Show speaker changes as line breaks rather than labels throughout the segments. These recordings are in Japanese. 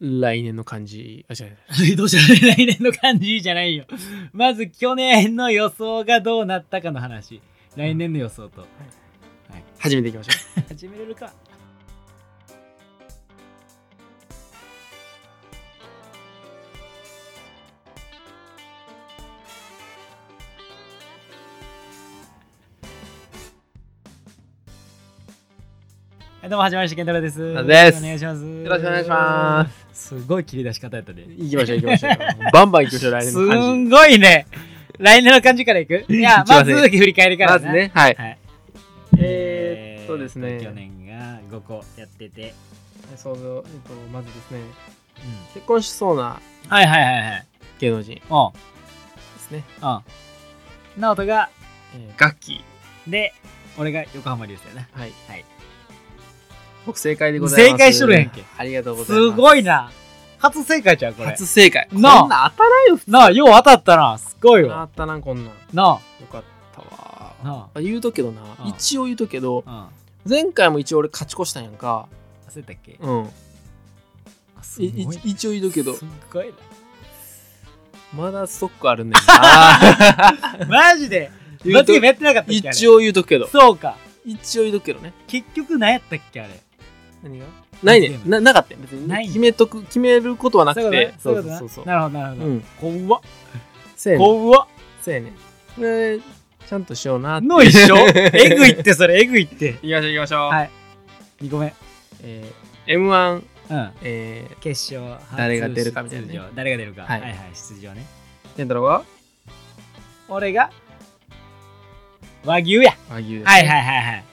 来年の感じ、あ、違う。
どうした来年の感じじゃないよ。まず去年の予想がどうなったかの話。来年の予想と。
始めていきましょう。
始めれるか。はい、どうも、はじめまして、健太郎です。
田です
お願いします。よ。
よろしくお願いします
すごい切り出し方やった ね。
行きましょう、行きましょう。バンバン行きましょう、来年
す
の感
んごいね。来年の感じから いくいや
い、き
ま
ま
ず
す
振り返り
じ。
から
まず
だな。
ね、はい。
はい。
えーっとですね
去年が5個やってて。
そうそう、えっと、まずですね、結婚しそうな
はいはいはいはい。
芸能人で
おう、
すね。
うん。直人が、
えー、ガッキー。
で、俺が横浜流星だな。
はい。
はい。
僕正解でございます。
正解しとるやんけ
ありがとうございますす。
ごいな。初正解じゃん、これ。
初正解。こん
なあ
な当たらんよ、普通。
なあ、よう当たったな。すごい
当た
わ。
ったな、こんなん。よ
な
かったわ
あ。。な
あ言うとけどな、
うん
一応言うとけど、
あ。
前回も一応俺勝ち越したんやんか。
うん。焦ったっけ
うん。
あす
いい一応言うとけど
す、っごい
まだストックあるねんな。
な。マジで
言うと
罰ゲームやってなかったっけ
一
応。
応言うとくけど。
そうか。
一応言うとくけどね。
結局何やったっけ、あれ。
何がないね
罰ゲーム
な。なかったよ。別に、
ない
決めとく、決めることはなくて。
そういうことねそういうことねなるほどなるほ
う
ど。
ん。
怖っ
せやねん。
怖っ
せやねん。これ、ちゃんとしようなって。
の一 緒えぐい
行
ってそれえぐいって。
きましょう行きましょう。
はい。2個目。
えー、M1、
うん。
えー、
決勝初
誰が出るかみたいなね
出場誰が出るか。は
はいい
はい出場ね。
健太郎は
俺が和牛や。
和牛です。
はいはいはいはい。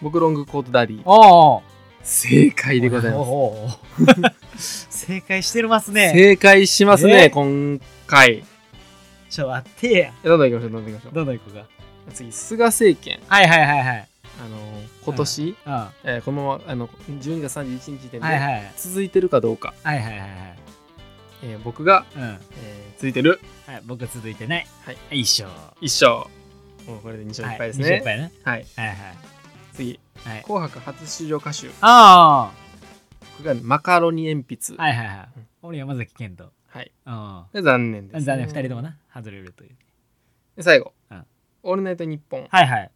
僕、ロングコートダディ。
おうおう。
正解でござい
お
ま
う
す。
おうおう 正解してますね。
正解します
え
ね、今回。
ちょ待ってや。
えどんどん行きましょう、どんどん行きましょ
どの行こうか。
う。次、菅政権。
はいはいはいはい。
あのー、今年、
うん。は
えーこのまま、あの、12月31日時点で、
いはいはい。
続いてるかどうか。
はいはいはいはい。
えー僕が、
うん。はい
えー続いてる。
僕続いてない。
はい。
一緒。
1勝。もうこれで2勝1敗ですね。
はい、ね。
はい。
はいはい。
次、
はい。
紅白初出場歌手。
ああ。
僕がマカロニ鉛筆。はい。
はいはいはい。俺山崎賢人。うん。
で残念です、
残念、二人とも。な、外れるという。
で、最後、
うん
オールナイトニッポン。
はいはい。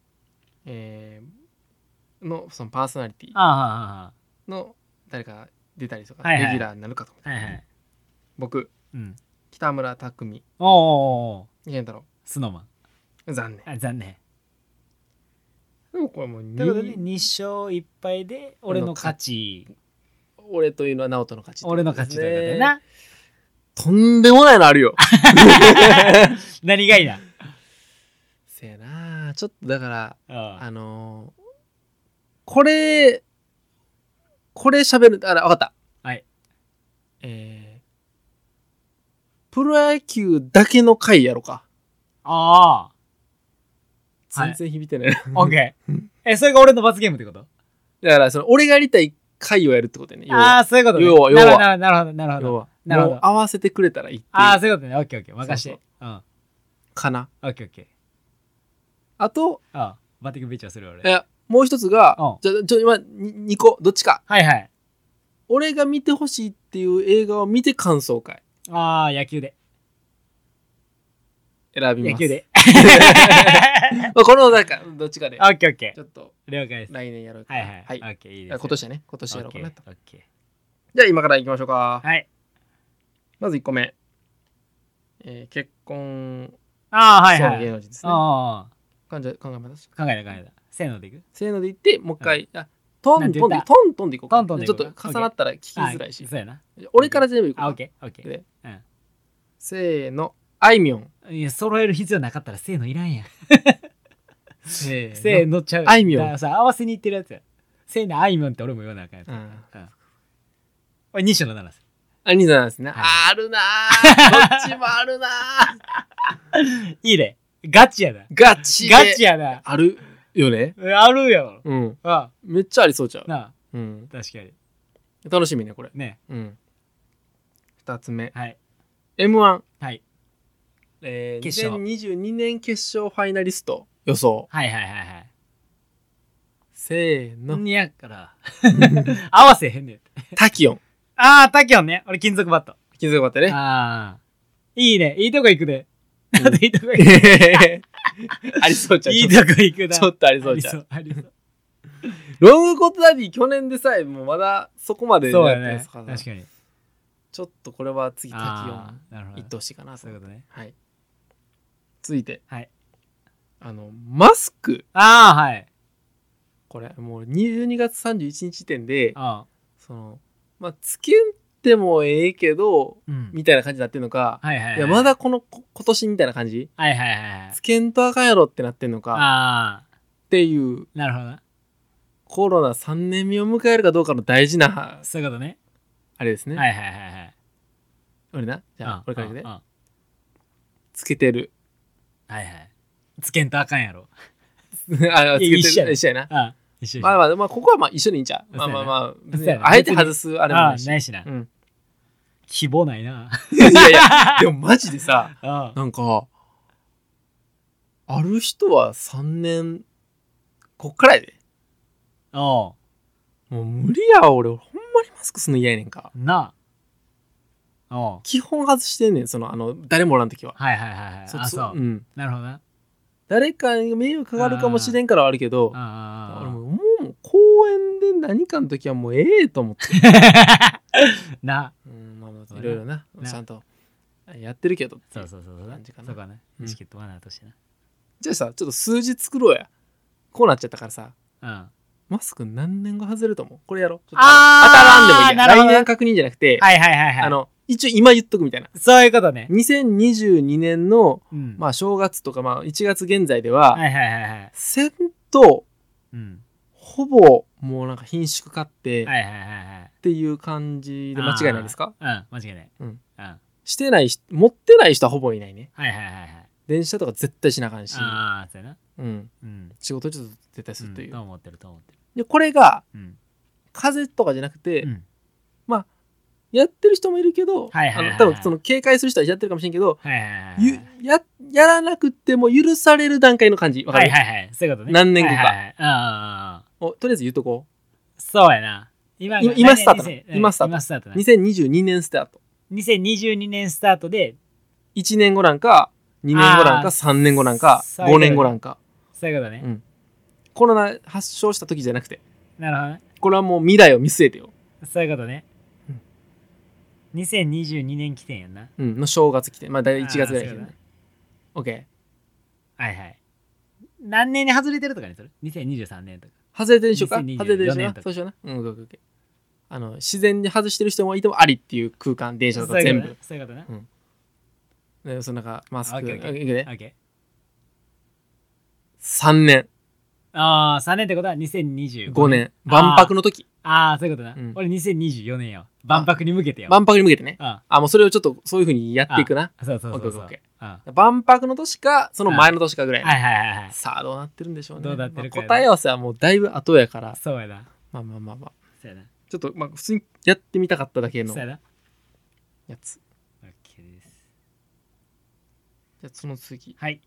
えーのそのパーソナリティ
ああ
の誰か出たりとか、
はいはい
レギュラーになるかと思って、
ああ、はいはい。
僕
うん。
北村匠海
おーおーおー
健太郎
スノーマン。
残念
あ残念。
でもこれもう
ということで、
2
二勝一敗で、俺の勝ち。
俺というのは直人の勝ちってこ
俺
と
の
ですね、
勝ちということでな。
とんでもないのあるよ
何がいいな。
せやなちょっとだから
うん
あのーこれこれ喋るあら分かった
はい
えープロ野球だけの回やろか
ああ、はい
全然響いてないな、
オッケー。え、それが俺の罰ゲームってこと
だからその俺がやりたい回をやるってことやね要
あ
は
あ、そういうことね。
要は要は
なるほど、なるほど、なるほ
要
ど。
は
なるほど
もう合わせてくれたらいいっていう
ああ、そういうことね。オッケーオッケー。任して。
そう
うん。オ
かな
ッケーオッケー。
あと
ああ、バッティングベンチをする俺。
えもう一つが
うん
じゃちょ今2個どっちか
はいはい。
俺が見てほしいっていう映画を見て感想会
ああ、野球で。
選びます
野球で。
まあ、このなんかどっちかで
オッケーオッケ
ちょっと
ー。了解です。
来年やろうか
はいはい。
はい
オッケー、いい
今
ですよ。
年やね今年やろうかなと
オッケー。
じゃあ今からいきましょうか、
はい。
まず1個目、えー結婚
ああ、はい
そう
は
の芸
い。
能人ですね、
ああ、
感じ考えます
考えた考えた。せーのでいく
せーので言ってもう一回、あト
なん
ン
て
ト
言
ン
っ
でト
た
ントンでいこうか
トントンでい
ち
こ
ょ
う
っと重なったら聞きづらいし
あそうやな。
俺から全部いこうか
あ、オッケー、オッケー。
で
うん
せーのあいみょん
いや、揃える必要なかったらせーのいらんやん。
せ
せーのちゃう。
あいみょん
だからさ合わせにいってるやつや。せーのあいみょんって俺も言わなあかんやつ。
うん
俺、西野七瀬。
あ兄さんですね、
はい
あるな ーどっちもあるなー
いいね。ガチやな。
ガチで
ガチやな。
あるよね
あるよ。
うん
あ
めっちゃありそうちゃう、
なあ、
うん、
確かに。
楽しみねこれ
ね。
うん2つ目
はい。
m 1
はい。
えー、
決勝
2022年決勝ファイナリスト予想
はいはいはいはい。
せーの
にやから合わせへんねん
タキヨン
ああ、タキョンね。俺、金属バット。
金属バットね。
ああ。いいね。いいとこ行くで。
うん
なんで いいとこ行く
ありそうちゃう。
い
ちょっ
い
と
とこ行くな。
ちょっとありそ
あ
う
り
ちゃ。
そうう。ありそう。
ロングコートダディ去年でさえもうまだそこまで
そう
や
や
ってま
ね。
す
確
ら
かに。
ちょっとこれは次
あ
タ
あ、なる
キオンい
ほ
っ
ど
て。ほしいかなと
そういうことね。
はい。続いて、
はい。
あの、マスク。
ああ、はい。
これ、もう22月31日時点で、
ああ。
その、まあ、つけてもええけど、
うん。
みたいな感じになってんのか、
はいはいはい。
いや、ま。だこの、こ今年みたいな感じ
はいはいはいはい。
つけんとあかんやろってなってんのか、
ああ、
っていう、
なるほどな。
コロナ3年目を迎えるかどうかの大事な、
そういうことね。
あれですね。
はいはいはいはい。
俺な、じゃあ、これから
うん
ね
うん、うん
つけてる。
はいはい。つけんとあかんやろ。
あ、つけ
一緒
て
やな
る。一緒やな。
ああ、一緒一緒。
まあまあ、まあ、ここはまあ一緒にいいんちゃう。ま
そう
あ
やな
まあまあ、別
そう
に
やな
あえて外すあれも
あ
な
あ
いし。
ないしな
う。ん。
希望ないな。
いやいや、 でもマジでさ、
ああ
なんか、ある人は3年、こっからやで。
お
もう無理や、俺、ほんまにマスクすんの嫌やねんか。
うなあ。おう
基本外してんねん、その、あの、誰もおらんときは。
はいはいはいはい。あ、
つ
そう。
ん。
なるほどな。
誰かに迷惑かかるかもしれんからはあるけど、
ああああああ
俺もう、もう公園で何かのときはもうええと思って。
な。
うん、まあま
そう
あ、
やない
ろいろな、
な
ちゃんと、やってるけど。
そうそうそうそう。
感じかな
そこはね
う。ん
チケットマナーとして
じゃあさ、ちょっと数字作ろうや。こうなっちゃったからさ、
な。うん。
マスク何年後外れると思うこれやろう。ちょっと
あー
当たらんでもい
ないる
や。
ほど
来年確認じゃなくて、
はいはいはいはい。
あ、の、一応今言っとくみたいな。
そういうことね。
2022年の、
うん。
まあ、正月とか、まあ、1月現在では、
はいはいはいはい。
せんと、
うん。
ほぼ、もうなんか品種買って、
はいはいはいはい。
っていう感じで間違いないですか
うん、間違いない。
うん
うん。はい
してない人、持ってない人はほぼいないね。
はいはいはい。
電車とか絶対しなあかんし、
ああ、そうやな。
うん。
うん。
仕事ちょっと絶対するという。
と思ってると思ってる。
で、これが、
うん。
風邪とかじゃなくて、
うん
やってる人もいるけど、
はいはいはいはい
あの多分その警戒する人はやってるかもしれんけど、
はいはいはい。
ゆややらなくても許される段階の感じ。わか
は
る、
いはいはい。そういうことね。
何年後か
はいはいはいうんうんう
お
ん。
とりあえず言うとこ
そうやな。今
い今スタートな
来年2000
今スタート
今スター
う。
トな。
2022年スタート。
2022年スタートで、
1年後なんか、2年後なん
あー
か、3年後なんか、
そういうこと
5年後なんか。
そういうことね。
コロナ発症した時じゃなくて、
なるほどね。
これはもう未来を見据えてよ。
そういうことね
う。
2022年起点やんな。
うん、の正月来て。まあ大体1月ぐらい来て
あーそうだ
ね。オッケ
はいはい。何年に外れてるとかにする ?2023 年とか。
ー。外れてるでしょうか
2024
外れてるでしょ
年
う
と
か
か
そうしような。うん、オッケーオッケーオッケーあの、自然に外してる人もいてもありっていう空間、電車
そう
とか
いう
全
こと
部
ね。。そういうことね。
ね、その中、マスク。
オッケーオッケー
いくね
オッケー。
3年、
ああ、3年ってことは2025
5。年、万博の時、
ああ、そういうことな。
うん
俺2024年よ。万博に向けてよ。
万博に向けてね。
あ
あ、もうそれをちょっとそういうふうにやっていくな。
あそうそうそうそう。
オッケーオッケーオッケ
あ
万博の年か、その前の年かぐらい。
あはいはいはいはい。
さあ、どうなってるんでしょうね。
どうなってるか
まあ
やな
答え合わせはもうだいぶ後やから、
そうやな。
まあまあまあまあ。
そうやな。
ちょっと、まあ、普通にやってみたかっただけの
そうや
や
な。
つ。
OK です。
じゃあ、その次。
はい。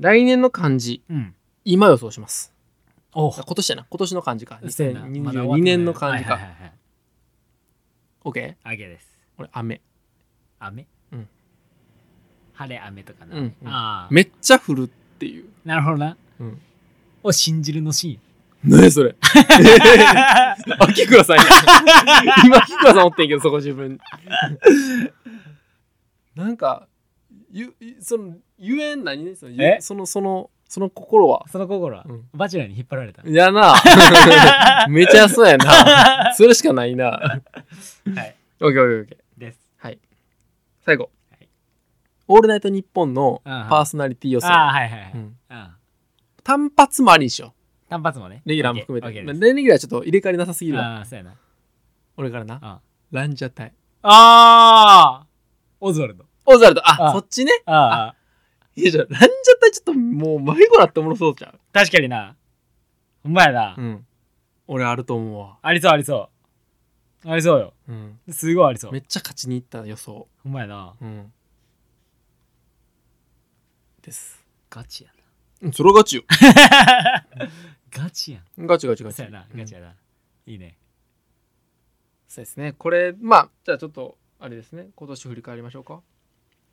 来年の漢字、
うん。
今予想します。
お
あ今年やな。今年の漢字か。
そうやなまだ終わってない
2022年の漢字
はいは
か。
いはいはい
OK?
あげです。
俺、雨。
雨
うん。
晴れ雨とかな。
うんうん
ああ。
めっちゃ降るっていう。
なるほどな。
うん。
を信じるのシ
何そ れ
ーン。
秋倉 さんや。今、秋倉さんおってんけど、そこ自分。なんか、ゆ、ゆその、ゆえん何ねそのゆ
え
その、その、その心は。
その心は
うん、
バチェラーに引っ張られた。
いやな めちゃそうやな。それしかないな。
はい。
オッケーオッケーオッケー。
です。
最後
はい。
オールナイトニッポンの
うん
パーソナリティ予想。
ああ、はいはいはいううんん。
単発もありにしよ
単発もね。
う。レギュラーも含め
OK
て。
OK
まあ
です
レギュラーちょっと入れ替わりなさすぎるわ。
ああ、そうやな。
俺からな。
あ
ランジャタイ。
あオズワルド。
オズワルド。あ、
あ
そっちね。
ああ、
いいじゃん。ランジャタイちょっともう迷子なっておもろそうじゃん。
確かにな。ほんまやな
う。ん。俺あると思うわ。
ありそうありそう。ありそうよ。
うん。
すごいありそう
め。っちゃ勝ちにいった予想。
ほんまやな。
うん。です。
ガチや
うん、それはガチよ。
な。ガチやん。
ガチガチガチ。
そうやな。ガチやな。いいね。
そうですね。これ、まあ、じゃあちょっと、あれですね。今年振り返りましょうか。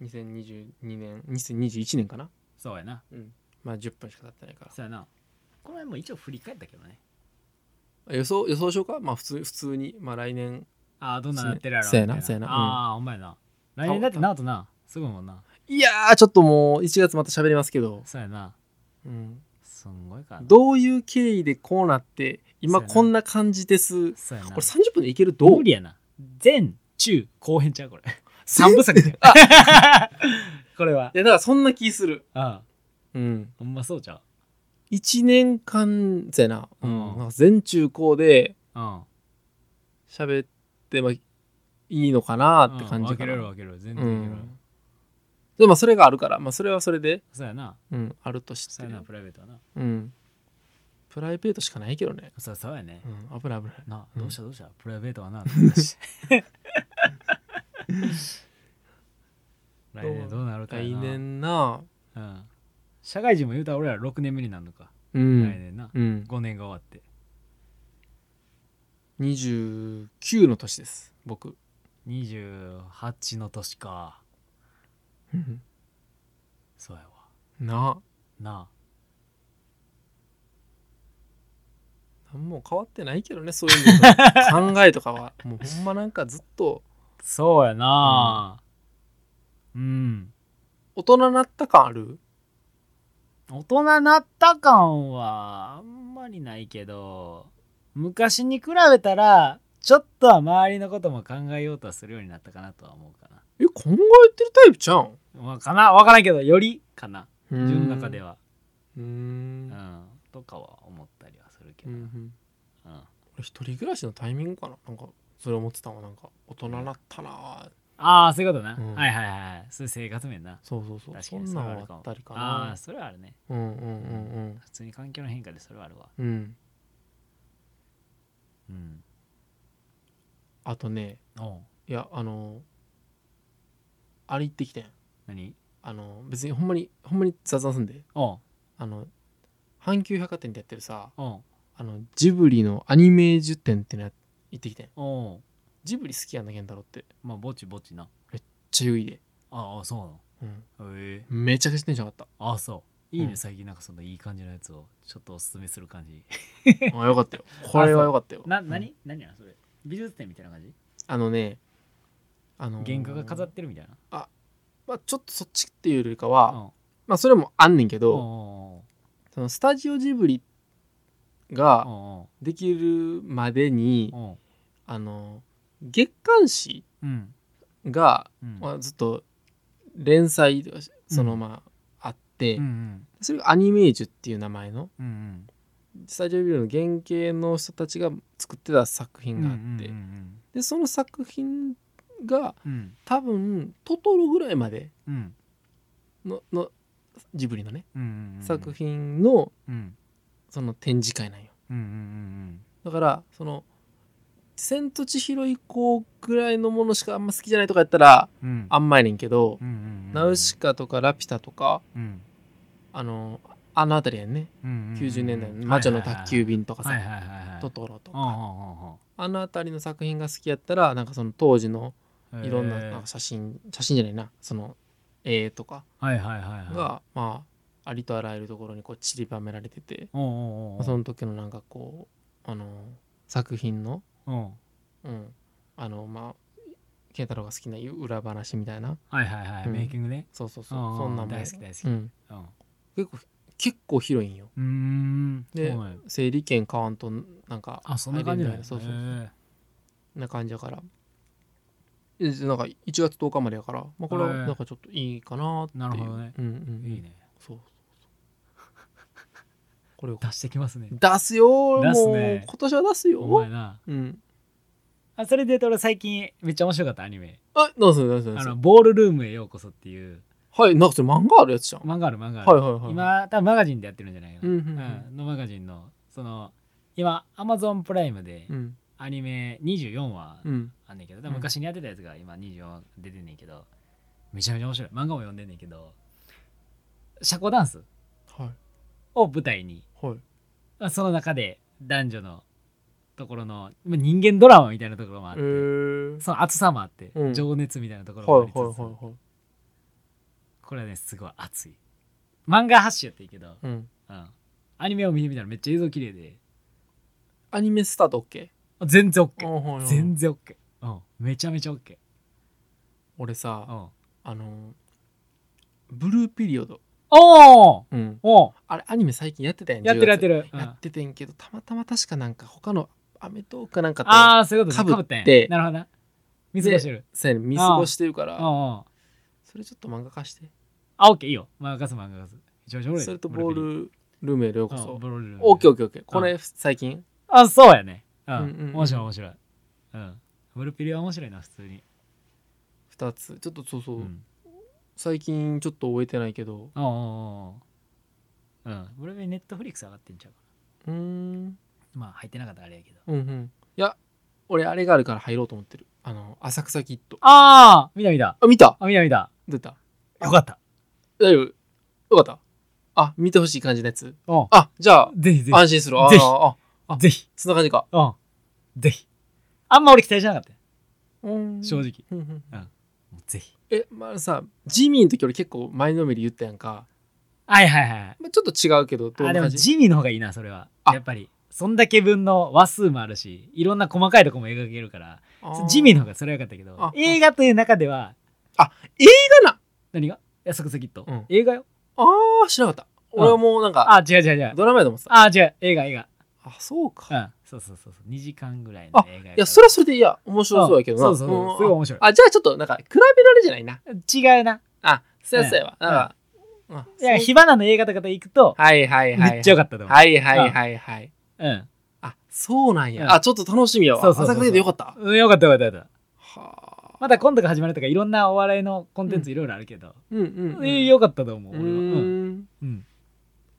2022年、2021年かな。
そうやな
うん。まあ、10分しか経ってないから。
そうやなこの辺も一応振り返ったけどね
あ予想、予想しようかまあ、普通、普通に。まあ、来年。
ああどんなんなってるやろ
そうやな
みた
そう
い
やなうん
ああほんまやな来年だってなおとなすごいもんない
やー、ちょっともう、1月また喋りますけど。
そうやな
うん。
すんごいからな
どういう経緯でこうなって、今
そうやな
こんな感じです。こ
そうやな
れ30分でいけるど
無
う
理やな全中後編ちゃうこれ
三部作い
これは
や、だからそんな気する。
ああ
うん。
ほんまそうちゃ
1年間、そうやな。うん。
うん
なんか全中高で
ううん
喋ってもいいのかなって
う
感
ん
じ
分
か
け
な。
れる分けれる全
う
然いける、
ん。でもまあそれがあるから、まあそれはそれで、
そうやな
うん、あるとし
そ
て
うや。なプライベートはな
うん。プライベートしかないけどね。
そうそうやね
うん、危ない危ない。
な
うん
どうしたどうしたプライベートは な 来年どうなるかや
来
な
年な
うん社会人も言うたら俺ら6年目になるのか、
う
来
ん、
年な
うん、
5年が終わって
29の年です 僕
28の年かそうやわ
な
な
何も変わってないけどねそういうの考えとか はもうほんまなんかずっと
あそうやなうん、
大人になった感ある
大人なった感はあんまりないけど昔に比べたらちょっとは周りのことも考えようとはするようになったかなとは思うかな
え考えてるタイプじゃん
まあかなわからんけどよりかな自
自
分の中では
うー
うんんとかは思ったりはするけ
う
ど
ん
な、うん
俺一人暮らしのタイミングかななんかそれ思ってたのなんか大人になったなぁ
ああそういうことな、
うん
はいはいはいそういう生活面な
そうそうそう
確
そ
か
ん
に
な
それ
ん
はあ
は
る
あ
かも
ったりか
ああ
な
ーそれはあるね
うんうんうん
普通に環境の変化でそれはあるわ
うんうん
うん
あとね
おう
いやあのあれ行ってきてん
何
あの別にほんまにほんまに雑談すんで
おう
あの阪急百貨店でやってるさ
おう
あのジブリのアニメ10点ってのや行ってきてん
おう
ジブリ好きやんだ健太郎ってめっ
まあぼちぼちな
ちゃ良いで、
ああそうなの
うん、
ええ
めちゃくちゃテンション上がっ
ああそういい
う
ね、
ん
最近なんかそのいい感じのやつをちょっとおすすめする感じ
た あよかったよこれはよかったよ
な
うん
何、何なのそれ美術展みたいな感じ
あのねあのー
原画が飾ってるみたいな
まあ、ちょっとそっちっていうよりかは、
うん
まあそれもあんねんけ
おう
ど、
お
そのスタジオジブリ
う
が
お
できるまで
う
に、
おう
あのー月刊誌
うん
が
うん
まあ、ずっと連載とかしその
うん
まああって、
うんうん
それがアニメージュっていう名前の
うんうん
スタジオビルの原型の人たちが作ってた作品があって、
うんうん
でその作品が
うん
多分トトロぐらいまで
うんうん
ののジブリのね、
うんうんうん
作品の
うん
その展示会なんよ
うんうんうん
だからその「千と千尋」以降ぐらいのものしかあんま好きじゃないとかやったら
うんうん
あんまやねんけど
うんうんうんう
「
ん
ナウシカ」とか「ラピュタ」とか
うん
あのあの辺りやんね
90
90年代の「魔女の宅急便」とか
はいはい
さ
はい
「
はい
トトロ」と
うんうん
か
うん
あの辺りの作品が好きやったらなんかその当時の
うん
いろんな
へ
な
ー
んか写真写真じゃないなその絵とか
はいはいはいはい
がまあありとあらゆるところにこう散りばめられてて
おうおうおう
その時のなんかこうあの作品の
うん
うんあのまあ健太郎が好きな裏話みたいな
はいはいはい
うん
メイキングね
そうそうそう
うんうん
そんなんも
大好き大好き
うん
うんう
結構結構広いんよ
ーん
で
そうなんや
整理券買わんとなんか
あそんな感じだよ
そうそうそう
へ
な感じやからえなんか1月10日までやから、まあ、これは
へえ
なんかちょっといいかなっていう
なるほどね
うん
ー
うん
いいね
そうそうそうこれを
出してきますね
出すよ
出す
も
ね
う今年は出す
お
よ
前な
うん
あそれで言うと俺最近めっちゃ面白かったアニメ
あどうするどうするどう
あ
す
の
る
ボールルームへようこそっていう
はいなんかそれ漫画あるやつじゃんは
漫画ある漫画あ
い
る
はいはい
今多分マガジンでやってるんじゃないか
う
なん
うん
うんのマガジンのその今アマゾンプライムで
うんうん
アニメ24話
うん
あんねんけど、でも昔にやってたやつが今24話出てんねんけどめちゃめちゃ面白い漫画も読んでんねんけど社交ダンス
はい
を舞台に
はい
まあその中で男女のところのまあ人間ドラマみたいなところもあっ
え
て、
ー、
その熱さもあって、
うん
情熱みたいなところもあ
はい
りつつ、
はいはいはい
これはねすごい熱い漫画発信やっていいけど、
うん
うん、アニメを見てみたらめっちゃ映像綺麗で
アニメスタート OK
あ全然 OK、
はいはい
全然 OK、うん、めちゃめちゃ OK、
俺さ
うん、
あのーブルーピリオド、
おー
うん、
おー
あれアニメ最近やってたやん
やってるやって
る、
る、うん
やっててんけどたまたま確かなんか他のアメトーークかなんかと
ああそういうことね
被って
被んやなるほどな見過ごしてる
そうやね見過ごしてるか
お
ら
うおう
それちょっと漫画化して
あオッケーいいよ漫画かす漫画かすめちゃめちゃおもろい
それとボールルメルようこそ
ボール
オッケー
ー
オッケーオッケーこれ最近
あそうやねうん
うんうんうん
面白い面白いうんブルーピリは面白いな普通に
2つちょっとそうそうう、
ん
最近ちょっと終えてないけど
おうおうおううんブルーピリネットフリックス上がってんちゃうか
うーん
なまあ入ってなかったらあれやけど
うんうんいや俺あれがあるから入ろうと思ってるあの浅草キッド
ああ見た見た
あ見た
あ見た見た
出た
よかった
大丈夫よかったあ見てほしい感じのやつ
うん
あじゃあ
ぜひぜ
安心するあ
ぜひ
ああ
ひぜひ
そんな感じか
うんぜひあんま俺期待しなかったよ正
正直
直もうぜひ
えまあさジミーの時俺結構前のめり言ったやんか、
はいはいはい
まあ、ちょっと違うけどどん
あ
な
でも
感じ
地味の方がいいなそれは
あ
やっぱりそんだけ分の話数もあるしいろんな細かいとこも描けるから地味の方がそれは良かったけ
あ
ど
あ
映画という中では
あ映画な
何がいやサクサキッと、
うん
映画よ
あー知らなかった俺はもうなんか
あ違う違う違う
ドラマやと思ってた
あ違う映画映画
あそうか、
う
い
んそうそうそうそう2時間ぐらいの
あ
映画から
やそれはそれでいや面白そうやけどな、
んそうそうそうす
ん
ごい面白い
あじゃあちょっとなんか比べられじゃないな
違うな
あそうやそうやわ、
うん
なんか、あ
い
そ
や
う
火花の映画とかで行くと
はいはいはい
めっちゃ良かったと思う、
はいはいはいはい
うん
あそうなんや、
うん
あちょっと楽しみやわ
そうそうそうそう
浅草キッドよかった
うん、よかったよかったよかった
はあ
また今度が始まるとかいろんなお笑いのコンテンツいろいろあるけど、
うんうん、うん、
えーよかったと思う
う
俺
ー
はうん、
ん
うん、
い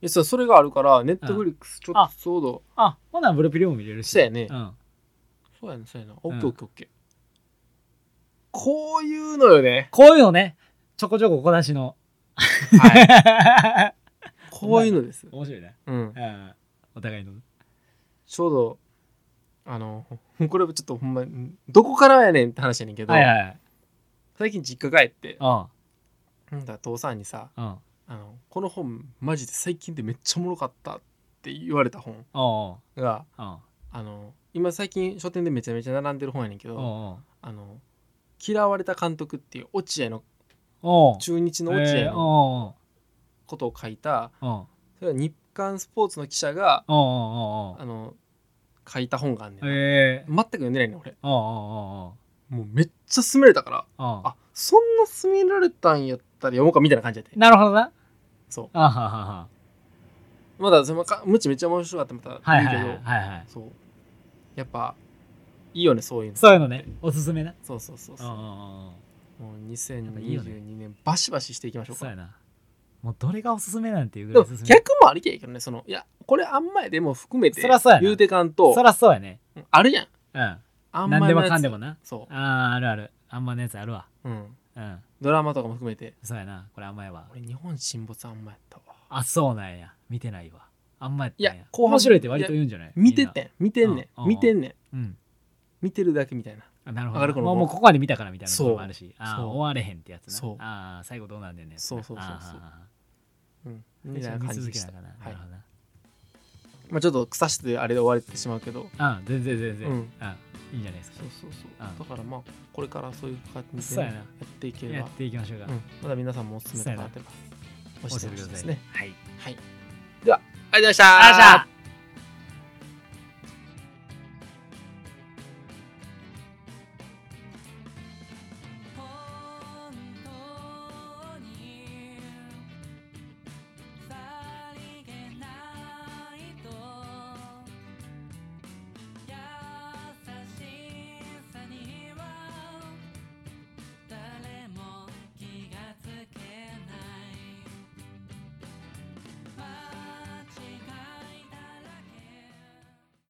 やそうそれがあるからネットフリックスちょっ
あ
とちょうど
あほなブルーピリオも見れるし
そうやね
うん
そうやねそうやなオッケーオッケーオッケーこういうのよね
こういうのね、ちょこちょこ小出 しの。
はいこういうの です
面白いね。
うん
うんお互いの。
ちょうどあのこれはちょっとほんまにどこからやねんって話やねんけど、
はいはい。
最近実家帰って
うん。
なんだ父さんにさ
うん。
あの「この本マジで最近でめっちゃおもろかった」って言われた本
おう
が
おう
あの今最近書店でめちゃめちゃ並んでる本やねんけ
おう
ど
おう
「あの嫌われた監督」っていう落合の
おう
中日の落
え
合
ー
の
おう
ことを書いた
おうおう
それは日刊スポーツの記者が
おうおうおう
あの書いた本があんねん、
えー
全く読んでないねん俺
おうおう
もうめっちゃ勧められたから
おうおうおう
あそんな勧められたんやったら読もうかみたいな感じやって
なるほどな。
そ
あははは
うまだそのかむちめっちゃ面白かったまた言うけど、
はいはいはいはいはい。
そうやっぱいいよねそういうの
そういうのね、おすすめな。
そうそうそう
おう
そう
おうおう
もう
っぱいいよね
2022年バシバシしていきまし
お
ょ
う
う
そう
か
やな。もうどれがおすすめなんていうぐ
で
らい
も
おすすめ。
逆もありきやけどねそのいやこれあんまやでも含めて
そらそうやな
言うてかんと
そらそうやね。
うんあるやん
うん。
あんま
何で
り
も
のやつ
かんでもな。
そ
ああ、あるある。あんまのやつあるわ。
う、うん、
うん。
ドラマとかも含めて
そうやな。これ甘いわ。
俺日本沈没あんまやったわ
あそうなんや見てないわあんまやったんや
いや後半
面白いって割と言うんじゃない
見てて
み
ん見てんね
う
ん
んうん
見てんねん
んなうん
見てるだけみたいな
あなるほ
わかるこ
ど
の
もう
子
もうここまで見たからみたいなところもあるしあー
そう
終われへんってやつな
そう
あー最後どうなんでねんやつな
そうそうそうそう
あ
うん
ー
みたいな
見
感
続
じで
け
し
な
た
がらな
は
ないるほどな
まあちょっと草してあれで終われてしまうけど
あー全然全
う
然
ん
あーいいんじゃないです
そうそうそう
あ
だからまあこれからそういう感じで
そうやな
やっていけ
か
れ
や
ば
っていきましょうか
うんまだ皆さんもおすすめとかあれば
教
教え
え
て
てく
ほしい
だ
で
さ
す
い
ね
はい
はいではありがとうございました
あじゃあ